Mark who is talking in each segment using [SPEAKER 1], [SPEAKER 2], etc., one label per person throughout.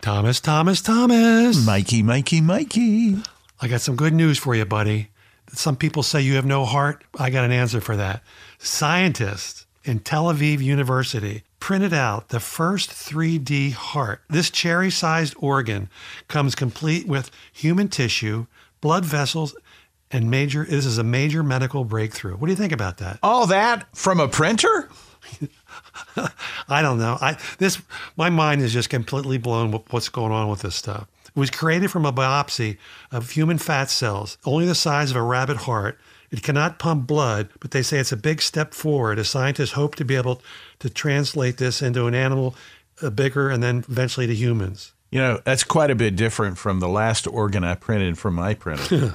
[SPEAKER 1] Thomas, Thomas, Thomas.
[SPEAKER 2] Mikey, Mikey, Mikey.
[SPEAKER 1] I got some good news for you, buddy. Some people say you have no heart. I got an answer for that. Scientists in Tel Aviv University printed out the first 3D heart. This cherry sized organ comes complete with human tissue, blood vessels, and major. This is a major medical breakthrough. What do you think about that?
[SPEAKER 2] All that from a printer?
[SPEAKER 1] I don't know. I this my mind is just completely blown with what's going on with this stuff. It was created from a biopsy of human fat cells, only the size of a rabbit heart. It cannot pump blood, but they say it's a big step forward. As scientists hope to be able to translate this into an animal uh, bigger and then eventually to humans.
[SPEAKER 2] You know, that's quite a bit different from the last organ I printed from my printer.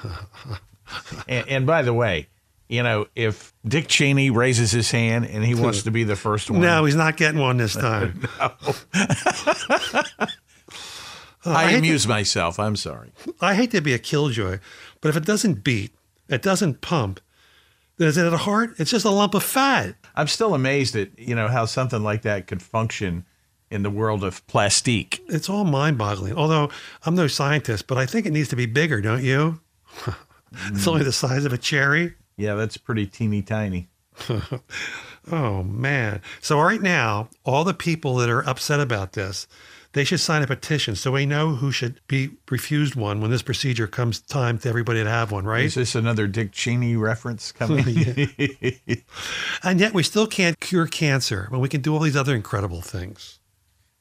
[SPEAKER 2] and, and by the way, you know, if Dick Cheney raises his hand and he wants to be the first one,
[SPEAKER 1] No, he's not getting one this time.
[SPEAKER 2] I, amuse myself. I'm sorry.
[SPEAKER 1] I hate to be a killjoy, but if it doesn't beat, it doesn't pump, then is it a heart? It's just a lump of fat.
[SPEAKER 2] I'm still amazed at you know how something like that could function in the world of plastique.
[SPEAKER 1] It's all mind boggling. Although I'm no scientist, but I think it needs to be bigger, don't you? it's only the size of a cherry.
[SPEAKER 2] Yeah, that's pretty teeny tiny.
[SPEAKER 1] Oh man. So right now, all the people that are upset about this, they should sign a petition so we know who should be refused one when this procedure comes time to everybody to have one,
[SPEAKER 2] Is
[SPEAKER 1] right?
[SPEAKER 2] this another Dick Cheney reference coming?
[SPEAKER 1] And yet we still can't cure cancer when we can do all these other incredible things.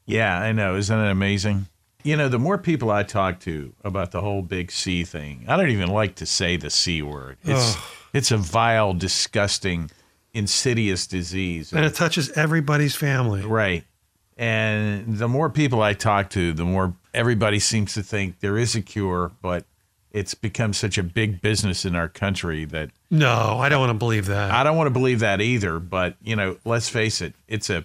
[SPEAKER 2] yeah, I know. Isn't it amazing? You know, the more people I talk to about the whole big C thing, I don't even like to say the C word. It's it's a vile, disgusting, insidious disease.
[SPEAKER 1] And it touches everybody's family.
[SPEAKER 2] Right. And the more people I talk to, the more everybody seems to think there is a cure, but it's become such a big business in our country that
[SPEAKER 1] No, I don't want to believe that.
[SPEAKER 2] I don't want to believe that either. But, you know, let's face it, it's a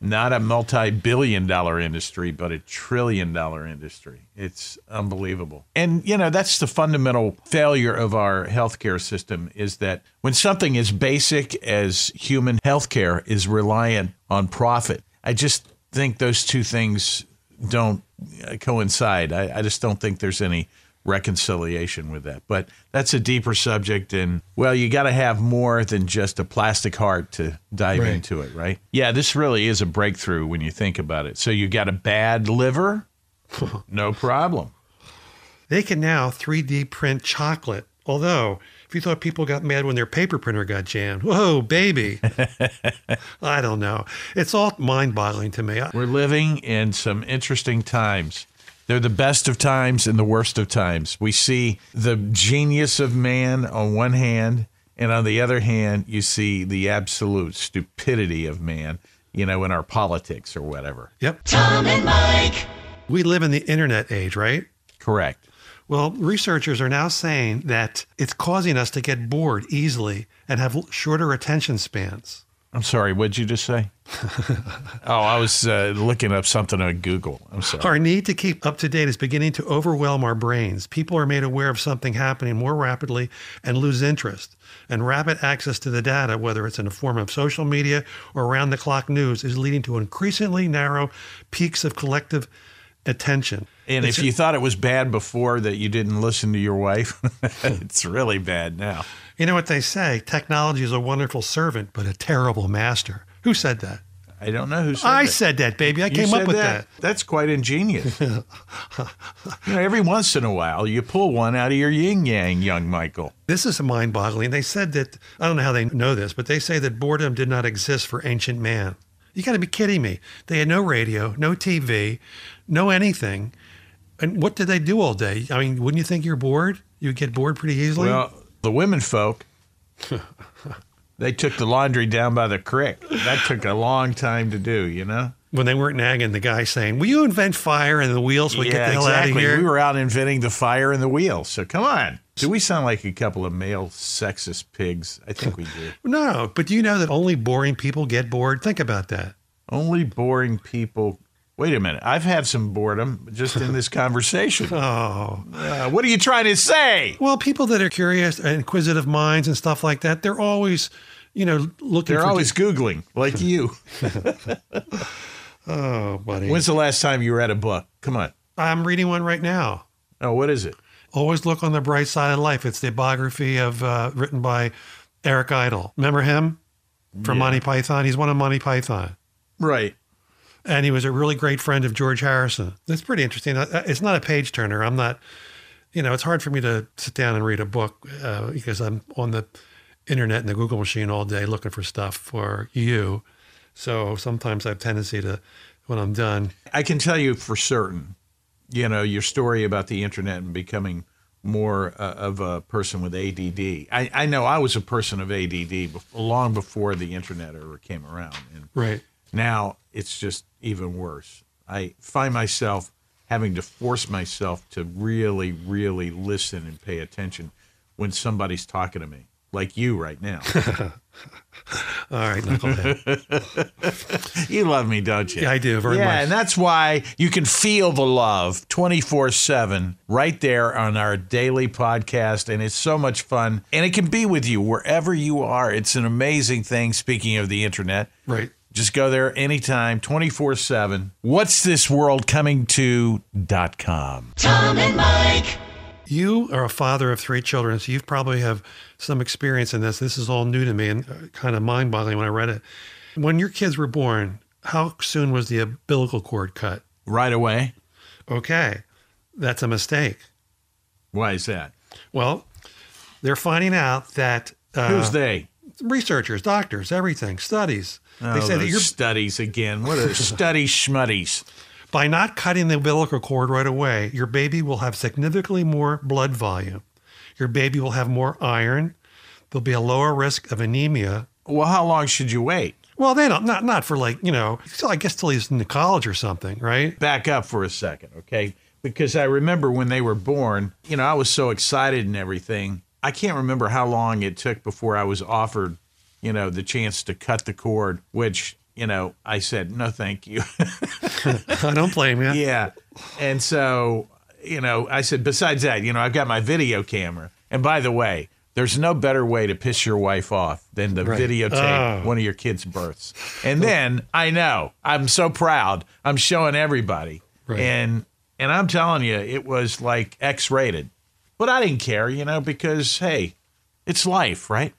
[SPEAKER 2] not a multi billion dollar industry, but a trillion dollar industry. It's unbelievable. And, you know, that's the fundamental failure of our healthcare system is that when something as basic as human healthcare is reliant on profit, I just think those two things don't uh, coincide. I, I just don't think there's any reconciliation with that. But that's a deeper subject. And well, you got to have more than just a plastic heart to dive
[SPEAKER 1] Right.
[SPEAKER 2] into it, right? Yeah, this really is a breakthrough when you think about it. So you got a bad liver? no problem.
[SPEAKER 1] They can now 3D print chocolate. Although, if you thought people got mad when their paper printer got jammed, whoa, baby. I don't know. It's all mind boggling to me. I-
[SPEAKER 2] We're living in some interesting times. They're the best of times and the worst of times. We see the genius of man on one hand, and on the other hand, you see the absolute stupidity of man, you know, in our politics or whatever.
[SPEAKER 1] Yep.
[SPEAKER 3] Tom and Mike.
[SPEAKER 1] We live in the internet age, right?
[SPEAKER 2] Correct.
[SPEAKER 1] Well, researchers are now saying that it's causing us to get bored easily and have l- shorter attention spans.
[SPEAKER 2] I'm sorry, what'd you just say? oh, I was uh, looking up something on Google. I'm sorry.
[SPEAKER 1] Our need to keep up to date is beginning to overwhelm our brains. People are made aware of something happening more rapidly and lose interest. And rapid access to the data, whether it's in the form of social media or around the clock news, is leading to increasingly narrow peaks of collective attention.
[SPEAKER 2] And if you thought it was bad before that you didn't listen to your wife, it's really bad now.
[SPEAKER 1] You know what they say technology is a wonderful servant, but a terrible master. Who said that?
[SPEAKER 2] I don't know who said
[SPEAKER 1] I
[SPEAKER 2] that.
[SPEAKER 1] said that, baby. I
[SPEAKER 2] You
[SPEAKER 1] came up
[SPEAKER 2] said
[SPEAKER 1] with that.
[SPEAKER 2] That's quite ingenious. you know, every once in a while, you pull one out of your yin yang, young Michael.
[SPEAKER 1] This is mind boggling. They said that, I don't know how they know this, but they say that boredom did not exist for ancient man. You got to be kidding me. They had no radio, no TV, no anything. And what did they do all day? I mean, wouldn't you think you're bored? You'd get bored pretty easily.
[SPEAKER 2] Well, the women folk, they took the laundry down by the creek. That took a long time to do, you know?
[SPEAKER 1] when they weren't nagging the guy saying, Will you invent fire and the wheel so we get the hell
[SPEAKER 2] exactly.
[SPEAKER 1] out of here?
[SPEAKER 2] We were out inventing the fire and the wheel. So come on. Do we sound like a couple of male sexist pigs? I think we do.
[SPEAKER 1] no, but do you know that only boring people get bored? Think about that.
[SPEAKER 2] Only boring people. Wait a minute. I've had some boredom just in this conversation.
[SPEAKER 1] Oh.
[SPEAKER 2] Uh, what are you trying to say?
[SPEAKER 1] Well, people that are curious and inquisitive minds and stuff like that, they're always, you know, looking
[SPEAKER 2] They're
[SPEAKER 1] for
[SPEAKER 2] always Googling, like you.
[SPEAKER 1] Oh, buddy. Oh,
[SPEAKER 2] When's the last time you read a book? Come on.
[SPEAKER 1] I'm reading one right now.
[SPEAKER 2] Oh, what is it?
[SPEAKER 1] Always look on the bright side of life. It's the biography of uh, written by Eric Idle. Remember him from Monty Python? He's one of Monty Python,
[SPEAKER 2] Right.
[SPEAKER 1] and he was a really great friend of George Harrison. That's pretty interesting. Uh, It's not a page turner. I'm not, you know, it's hard for me to sit down and read a book uh, because I'm on the internet and the Google machine all day looking for stuff for you. So sometimes I have tendency to, when I'm done,
[SPEAKER 2] I can tell you for certain, you know, your story about the internet and becoming more uh, of a person with ADD. I, I know I was a person of ADD bef- long before the internet ever came around. And
[SPEAKER 1] right.
[SPEAKER 2] now it's just even worse. I find myself having to force myself to really, really listen and pay attention when somebody's talking to me, like you right now.
[SPEAKER 1] All right, knucklehead.
[SPEAKER 2] you love me, don't you?
[SPEAKER 1] yeah, I do very
[SPEAKER 2] yeah,
[SPEAKER 1] much.
[SPEAKER 2] and that's why you can feel the love 24 7 right there on our daily podcast. And it's so much fun. And it can be with you wherever you are. It's an amazing thing. Speaking of the internet,
[SPEAKER 1] Right.
[SPEAKER 2] just go there anytime, 24 7. What's this world coming to.com?
[SPEAKER 3] Tom and Mike.
[SPEAKER 1] You are a father of three children, so you probably have some experience in this. This is all new to me and uh, kind of mind boggling when I read it. When your kids were born, how soon was the umbilical cord cut?
[SPEAKER 2] Right away.
[SPEAKER 1] Okay, that's a mistake.
[SPEAKER 2] Why is that?
[SPEAKER 1] Well, they're finding out that uh,
[SPEAKER 2] Who's they?
[SPEAKER 1] researchers, doctors, everything, studies. they
[SPEAKER 2] Oh,
[SPEAKER 1] say that
[SPEAKER 2] those
[SPEAKER 1] you're,
[SPEAKER 2] studies again. What are study schmutties?
[SPEAKER 1] by not cutting the umbilical cord right away, your baby will have significantly more blood volume. Your baby will have more iron. There'll be a lower risk of anemia
[SPEAKER 2] Well, how long should you wait?
[SPEAKER 1] Well, they don't not not for like you know. So I guess till he's in college or something, right?
[SPEAKER 2] back up for a second, okay? Because I remember when they were born, you know, I was so excited and everything. I can't remember how long it took before I was offered, you know, the chance to cut the cord, which, you know, I said, no, thank you.
[SPEAKER 1] I don't blame you.
[SPEAKER 2] yeah. And so, you know, I said, besides that, you know, I've got my video camera. And by the way, there's no better way to piss your wife off than to videotape one of your kids' births. And then I know I'm so proud. I'm showing everybody.
[SPEAKER 1] Right.
[SPEAKER 2] And and I'm telling you, it was like X-rated, but I didn't care, you know, because hey, it's life, right?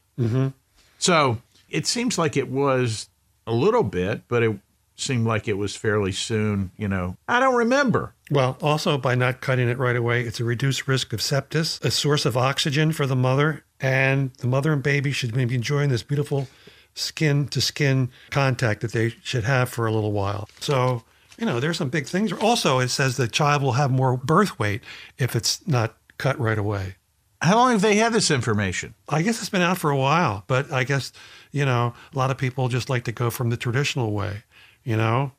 [SPEAKER 2] So it seems like it was a little bit, but it seemed like it was fairly soon. You know, I don't remember.
[SPEAKER 1] Well, also by not cutting it right away, it's a reduced risk of sepsis, a source of oxygen for the mother, and the mother and baby should be enjoying this beautiful skin to skin contact that they should have for a little while. So. You know, there's some big things. Also, it says the child will have more birth weight if it's not cut right away.
[SPEAKER 2] How long have they had this information?
[SPEAKER 1] I guess it's been out for a while, but I guess, you know, a lot of people just like to go from the traditional way, you know?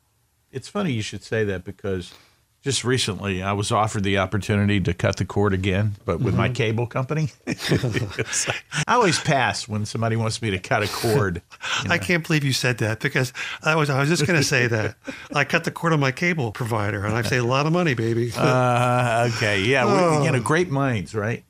[SPEAKER 2] It's funny you should say that because just recently I was offered the opportunity to cut the cord again, but with my cable company. I always pass when somebody wants me to cut a cord.
[SPEAKER 1] I can't believe you said that because I was I was just going to say that. I cut the cord on my cable provider and I've saved a lot of money, baby.
[SPEAKER 2] Uh, okay, yeah, we- you know, great minds, right?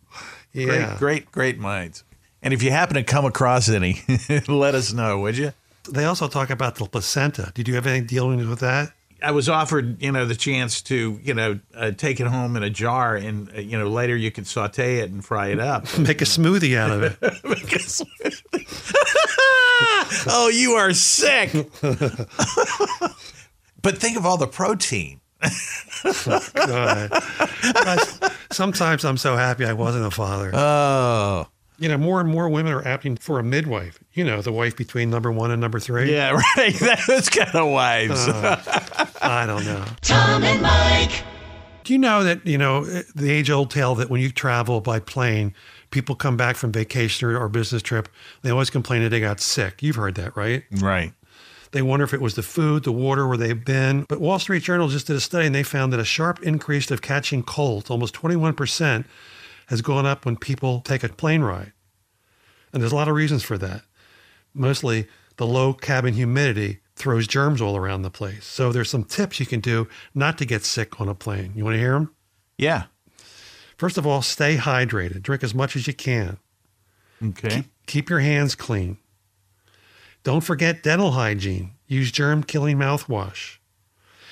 [SPEAKER 2] Great,
[SPEAKER 1] yeah.
[SPEAKER 2] great, great minds. And if you happen to come across any, let us know, would you?
[SPEAKER 1] They also talk about the placenta. Did you have anything dealing with that?
[SPEAKER 2] I was offered, you know, the chance to, you know, uh, take it home in a jar, and uh, you know, later you could saute it and fry it up.
[SPEAKER 1] Make a smoothie out of it.
[SPEAKER 2] Because- oh, you are sick. but think of all the protein.
[SPEAKER 1] God. I- Sometimes I'm so happy I wasn't a father.
[SPEAKER 2] Oh,
[SPEAKER 1] you know, more and more women are opting for a midwife. You know, the wife between number one and number three.
[SPEAKER 2] yeah, right. Those kind of wives.
[SPEAKER 1] I don't know.
[SPEAKER 3] Tom and Mike.
[SPEAKER 1] Do you know that, you know, eh, the age old tale that when you travel by plane, people come back from vacation or, or business trip, they always complain that they got sick. You've heard that, right?
[SPEAKER 2] right.
[SPEAKER 1] They wonder if it was the food, the water, where they've been. But Wall Street Journal just did a study and they found that a sharp increase of catching colds, almost 21%, has gone up when people take a plane ride. And there's a lot of reasons for that. Mostly the low cabin humidity throws germs all around the place. So there's some tips you can do not to get sick on a plane. You want to hear them?
[SPEAKER 2] Yeah.
[SPEAKER 1] First of all, stay hydrated. Drink as much as you can.
[SPEAKER 2] Okay.
[SPEAKER 1] Keep your hands clean. Don't forget dental hygiene. Use germ killing mouthwash.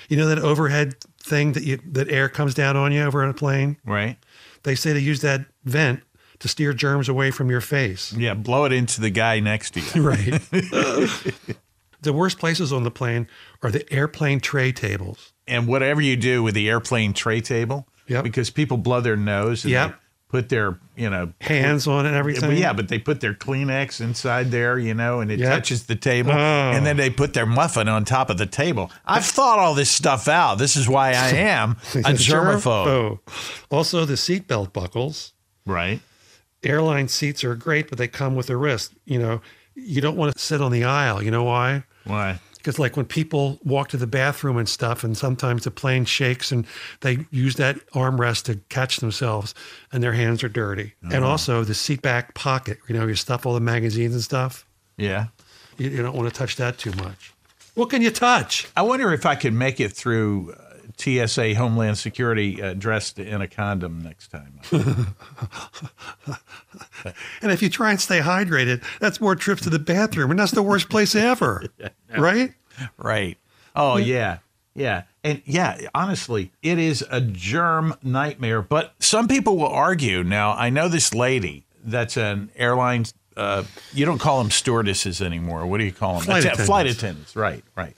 [SPEAKER 1] You know that overhead thing that you that air comes down on you over in a plane.
[SPEAKER 2] right?
[SPEAKER 1] They say to use that vent to steer germs away from your face.
[SPEAKER 2] Yeah, blow it into the guy next to you.
[SPEAKER 1] Right. the worst places on the plane are the airplane tray tables.
[SPEAKER 2] and whatever you do with the airplane tray table,
[SPEAKER 1] Yep.
[SPEAKER 2] because people blow their nose and
[SPEAKER 1] Yep.
[SPEAKER 2] they put their, you know,
[SPEAKER 1] Hands on it and
[SPEAKER 2] yeah,
[SPEAKER 1] everything.
[SPEAKER 2] but, yeah, but they put their Kleenex inside there, you know, and it
[SPEAKER 1] Yep.
[SPEAKER 2] touches the table, and then they put their muffin on top of the table. I've thought all this stuff out. This is why I am a
[SPEAKER 1] Germaphobe.
[SPEAKER 2] germaphobe,
[SPEAKER 1] Also, the seatbelt buckles.
[SPEAKER 2] right?
[SPEAKER 1] Airline seats are great, but they come with a wrist. You know, you don't want to sit on the aisle. You know why?
[SPEAKER 2] Why?
[SPEAKER 1] Because like when people walk to the bathroom and stuff, and sometimes the plane shakes and they use that armrest to catch themselves, and their hands are dirty. And also the seat back pocket. You know, you stuff all the magazines and stuff.
[SPEAKER 2] Yeah.
[SPEAKER 1] You, you don't want to touch that too much. What can you touch?
[SPEAKER 2] I wonder if I could make it through uh, TSA Homeland Security uh, dressed in a condom next time.
[SPEAKER 1] And if you try and stay hydrated, that's more trips to the bathroom, and that's the worst place ever, right?
[SPEAKER 2] Right. Oh yeah. Yeah. And yeah, honestly, it is a germ nightmare. But some people will argue. Now, I know this lady that's an airline. Uh, you don't call them stewardesses anymore. What do you call them?
[SPEAKER 1] Flight
[SPEAKER 2] Atten-
[SPEAKER 1] attendants.
[SPEAKER 2] Flight attendants. Right. Right.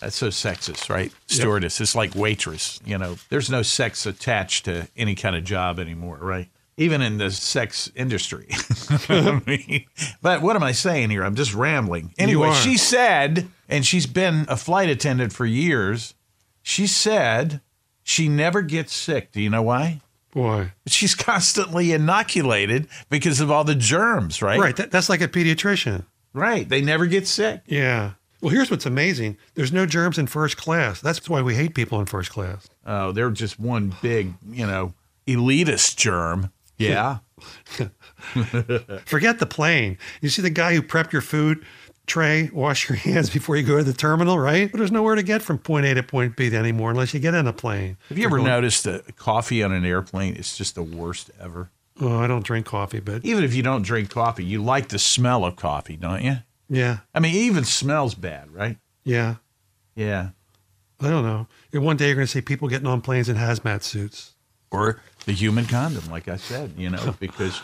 [SPEAKER 2] That's so sexist, right? Stewardess. It's like waitress. You know, there's no sex attached to any kind of job anymore, right? Even in the sex industry. I mean, but what am I saying here? I'm just rambling. Anyway,
[SPEAKER 1] are.
[SPEAKER 2] she said, and she's been a flight attendant for years, she said she never gets sick. Do you know why?
[SPEAKER 1] Boy,
[SPEAKER 2] She's constantly inoculated because of all the germs, right?
[SPEAKER 1] right? That, that's like a pediatrician.
[SPEAKER 2] Right. They never get sick.
[SPEAKER 1] Yeah. Well, here's what's amazing: there's no germs in first class. That's why we hate people in first class.
[SPEAKER 2] Oh, they're just one big, you know, elitist germ. Yeah.
[SPEAKER 1] Forget the plane. You see the guy who prepped your food tray, wash your hands before you go to the terminal, right? But there's nowhere to get from point A to point B anymore unless you get in a plane.
[SPEAKER 2] Have you ever noticed that coffee on an airplane is just the worst ever?
[SPEAKER 1] Oh, I don't drink coffee, but
[SPEAKER 2] Even if you don't drink coffee, you like the smell of coffee, don't you?
[SPEAKER 1] yeah,
[SPEAKER 2] I mean, it even smells bad, right?
[SPEAKER 1] yeah.
[SPEAKER 2] Yeah.
[SPEAKER 1] I don't know. And One day you're going to see people getting on planes in hazmat suits.
[SPEAKER 2] or the human condom, like I said, you know, because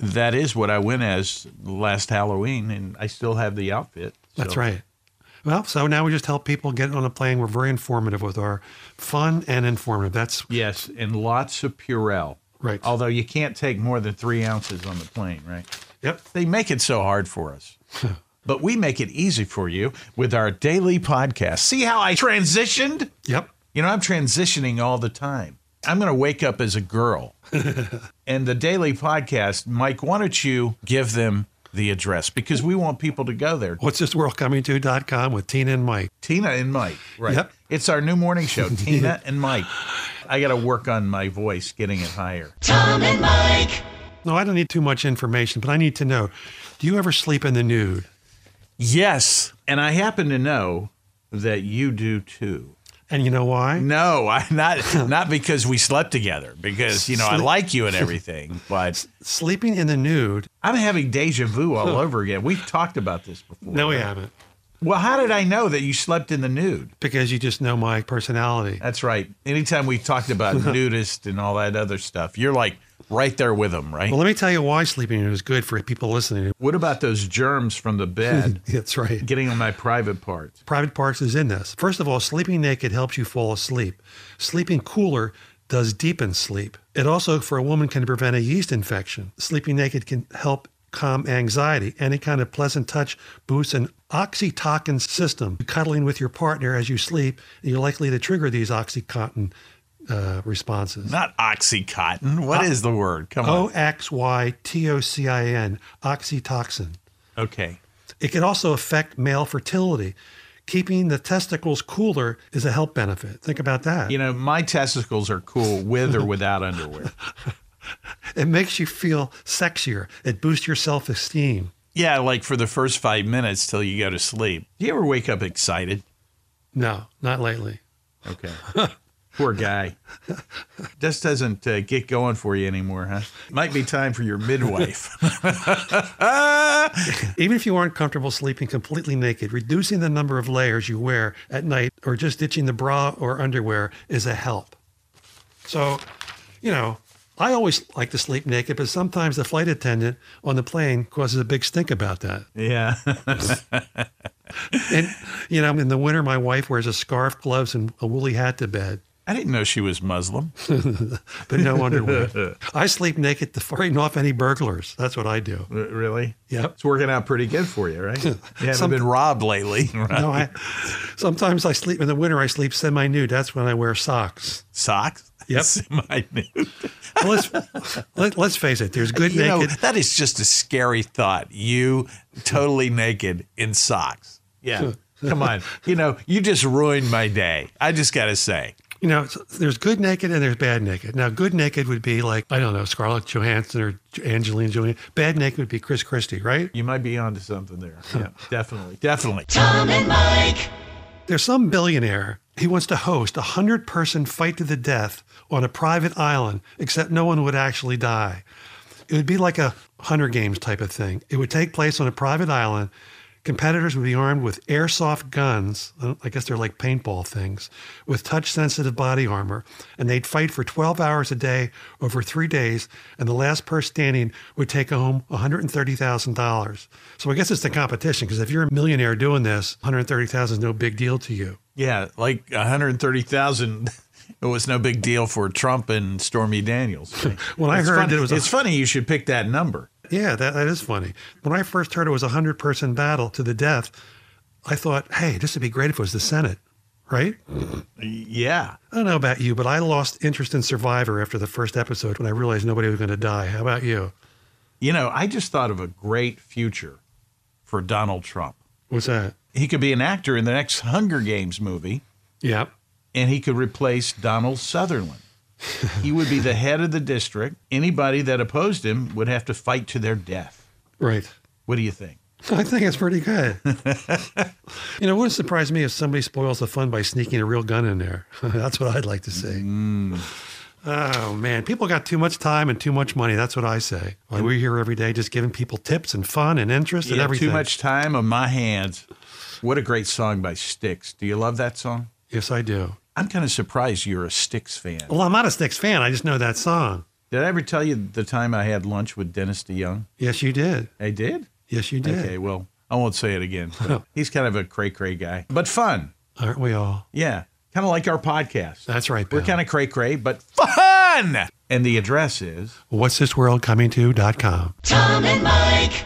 [SPEAKER 2] that is what I went as last Halloween, and I still have the outfit.
[SPEAKER 1] That's
[SPEAKER 2] so-
[SPEAKER 1] right. Well, so now we just help people get on a plane. We're very informative with our fun and informative. That's
[SPEAKER 2] Yes, and lots of Purell.
[SPEAKER 1] Right.
[SPEAKER 2] Although you can't take more than three ounces on the plane, right?
[SPEAKER 1] yep.
[SPEAKER 2] They make it so hard for us. but we make it easy for you with our daily podcast. See how I transitioned?
[SPEAKER 1] Yep.
[SPEAKER 2] You know, I'm transitioning all the time. I'm going to wake up as a girl. and the daily podcast, Mike, why don't you give them the address because we want people to go there.
[SPEAKER 1] What's this world coming to.com with Tina and Mike.
[SPEAKER 2] Tina and Mike, right?
[SPEAKER 1] Yep.
[SPEAKER 2] It's our new morning show, Tina and Mike. I got to work on my voice, getting it higher.
[SPEAKER 3] Tom and Mike.
[SPEAKER 1] No, I don't need too much information, but I need to know do you ever sleep in the nude?
[SPEAKER 2] Yes. And I happen to know that you do too.
[SPEAKER 1] And you know why?
[SPEAKER 2] No, I not not because we slept together because you know I like you and everything, but
[SPEAKER 1] Sleeping in the nude.
[SPEAKER 2] I'm having deja vu all over again. We've talked about this before.
[SPEAKER 1] No, we haven't.
[SPEAKER 2] Well, how did I know that you slept in the nude?
[SPEAKER 1] Because you just know my personality.
[SPEAKER 2] That's right. Anytime we talked about nudist and all that other stuff, you're like right there with them, right?
[SPEAKER 1] Well, let me tell you why sleeping in nude is good for people listening.
[SPEAKER 2] What about those germs from the bed
[SPEAKER 1] That's right.
[SPEAKER 2] getting on my private parts?
[SPEAKER 1] Private Parts is in this. First of all, sleeping naked helps you fall asleep. Sleeping cooler does deepen sleep. It also, for a woman, can prevent a yeast infection. Sleeping naked can help calm anxiety. Any kind of pleasant touch boosts an oxytocin system. Cuddling with your partner as you sleep, you're likely to trigger these oxycontin uh, responses.
[SPEAKER 2] Not oxycontin. What is the word? Come
[SPEAKER 1] O X Y T O C I N, oxytocin.
[SPEAKER 2] on. Okay.
[SPEAKER 1] It can also affect male fertility. Keeping the testicles cooler is a health benefit. Think about that.
[SPEAKER 2] You know, my testicles are cool with or without underwear.
[SPEAKER 1] it makes you feel sexier. It boosts your self esteem.
[SPEAKER 2] Yeah, like for the first five minutes till you go to sleep. Do you ever wake up excited?
[SPEAKER 1] No, not lately.
[SPEAKER 2] Okay. Poor guy. Just doesn't uh, get going for you anymore, huh? Might be time for your midwife.
[SPEAKER 1] Even if you aren't comfortable sleeping completely naked, reducing the number of layers you wear at night or just ditching the bra or underwear is a help. So, you know, I always like to sleep naked, but sometimes the flight attendant on the plane causes a big stink about that.
[SPEAKER 2] yeah.
[SPEAKER 1] And, you know, in the winter, my wife wears a scarf, gloves, and a woolly hat to bed,
[SPEAKER 2] I didn't know she was Muslim.
[SPEAKER 1] but no underwear. I sleep naked to frighten off any burglars. That's what I do.
[SPEAKER 2] R- really?
[SPEAKER 1] Yep.
[SPEAKER 2] It's working out pretty good for you, right? You haven't
[SPEAKER 1] Some-
[SPEAKER 2] been robbed lately.
[SPEAKER 1] No, I, sometimes I sleep in the winter, I sleep semi nude. That's when I wear socks.
[SPEAKER 2] Socks?
[SPEAKER 1] Yep.
[SPEAKER 2] Semi-nude.
[SPEAKER 1] Well, let's let, let's face it. There's good
[SPEAKER 2] You know,
[SPEAKER 1] naked.
[SPEAKER 2] that is just a scary thought. You totally naked in socks. Yeah. Come on. You know, you just ruined my day. I just got to say.
[SPEAKER 1] you know, it's- there's good naked and there's bad naked. Now, good naked would be like I don't know Scarlett Johansson or Angelina Jolie. Bad naked would be Chris Christie, right?
[SPEAKER 2] You might be onto something there. Yeah, definitely. Definitely.
[SPEAKER 3] Tom and Mike.
[SPEAKER 1] There's some billionaire. He wants to host a hundred person fight to the death on a private island, except no one would actually die. It would be like a Hunger Games type of thing. It would take place on a private island. Competitors would be armed with airsoft guns. I don't- I guess they're like paintball things with touch sensitive body armor. And they'd fight for 12 hours a day over three days. And the last person standing would take home $130,000. So I guess it's the competition because if you're a millionaire doing this, $130,000 is no big deal to you.
[SPEAKER 2] Yeah, like 130,000 it was no big deal for Trump and Stormy Daniels.
[SPEAKER 1] When I
[SPEAKER 2] It's
[SPEAKER 1] heard
[SPEAKER 2] funny-
[SPEAKER 1] that it was a-
[SPEAKER 2] It's funny you should pick that number.
[SPEAKER 1] Yeah, that, that is funny. When I first heard it was a 100 person battle to the death, I thought, hey, this would be great if it was the Senate, right?
[SPEAKER 2] Yeah.
[SPEAKER 1] I don't know about you, but I lost interest in Survivor after the first episode when I realized nobody was going to die. How about you?
[SPEAKER 2] You know, I just thought of a great future for Donald Trump.
[SPEAKER 1] What's that?
[SPEAKER 2] He could be an actor in the next Hunger Games movie
[SPEAKER 1] Yeah.
[SPEAKER 2] and he could replace Donald Sutherland. he would be the head of the district. Anybody that opposed him would have to fight to their death.
[SPEAKER 1] Right.
[SPEAKER 2] What do you think?
[SPEAKER 1] I think it's pretty good. you know, it wouldn't surprise me if somebody spoils the fun by sneaking a real gun in there. That's what I'd like to see.
[SPEAKER 2] Mm.
[SPEAKER 1] Oh, man. People got too much time and too much money. That's what I say. Like, we're here every day just giving people tips and fun and interest and
[SPEAKER 2] Yeah,
[SPEAKER 1] everything.
[SPEAKER 2] Too much time on my hands. What a great song by Styx. Do you love that song?
[SPEAKER 1] Yes, I do.
[SPEAKER 2] I'm kind of surprised you're a Styx fan.
[SPEAKER 1] Well, I'm not a Sticks fan. I just know that song.
[SPEAKER 2] Did I ever tell you the time I had lunch with Dennis DeYoung?
[SPEAKER 1] Yes, you did.
[SPEAKER 2] I did?
[SPEAKER 1] Yes, you did.
[SPEAKER 2] Okay, well, I won't say it again. but He's kind of a cray cray guy, but fun.
[SPEAKER 1] Aren't we all?
[SPEAKER 2] Yeah. Kind of like our podcast.
[SPEAKER 1] That's right,
[SPEAKER 2] We're
[SPEAKER 1] Bill.
[SPEAKER 2] kind of cray cray, but fun. And the address is
[SPEAKER 1] What's this world coming to.com.
[SPEAKER 3] Tom and Mike.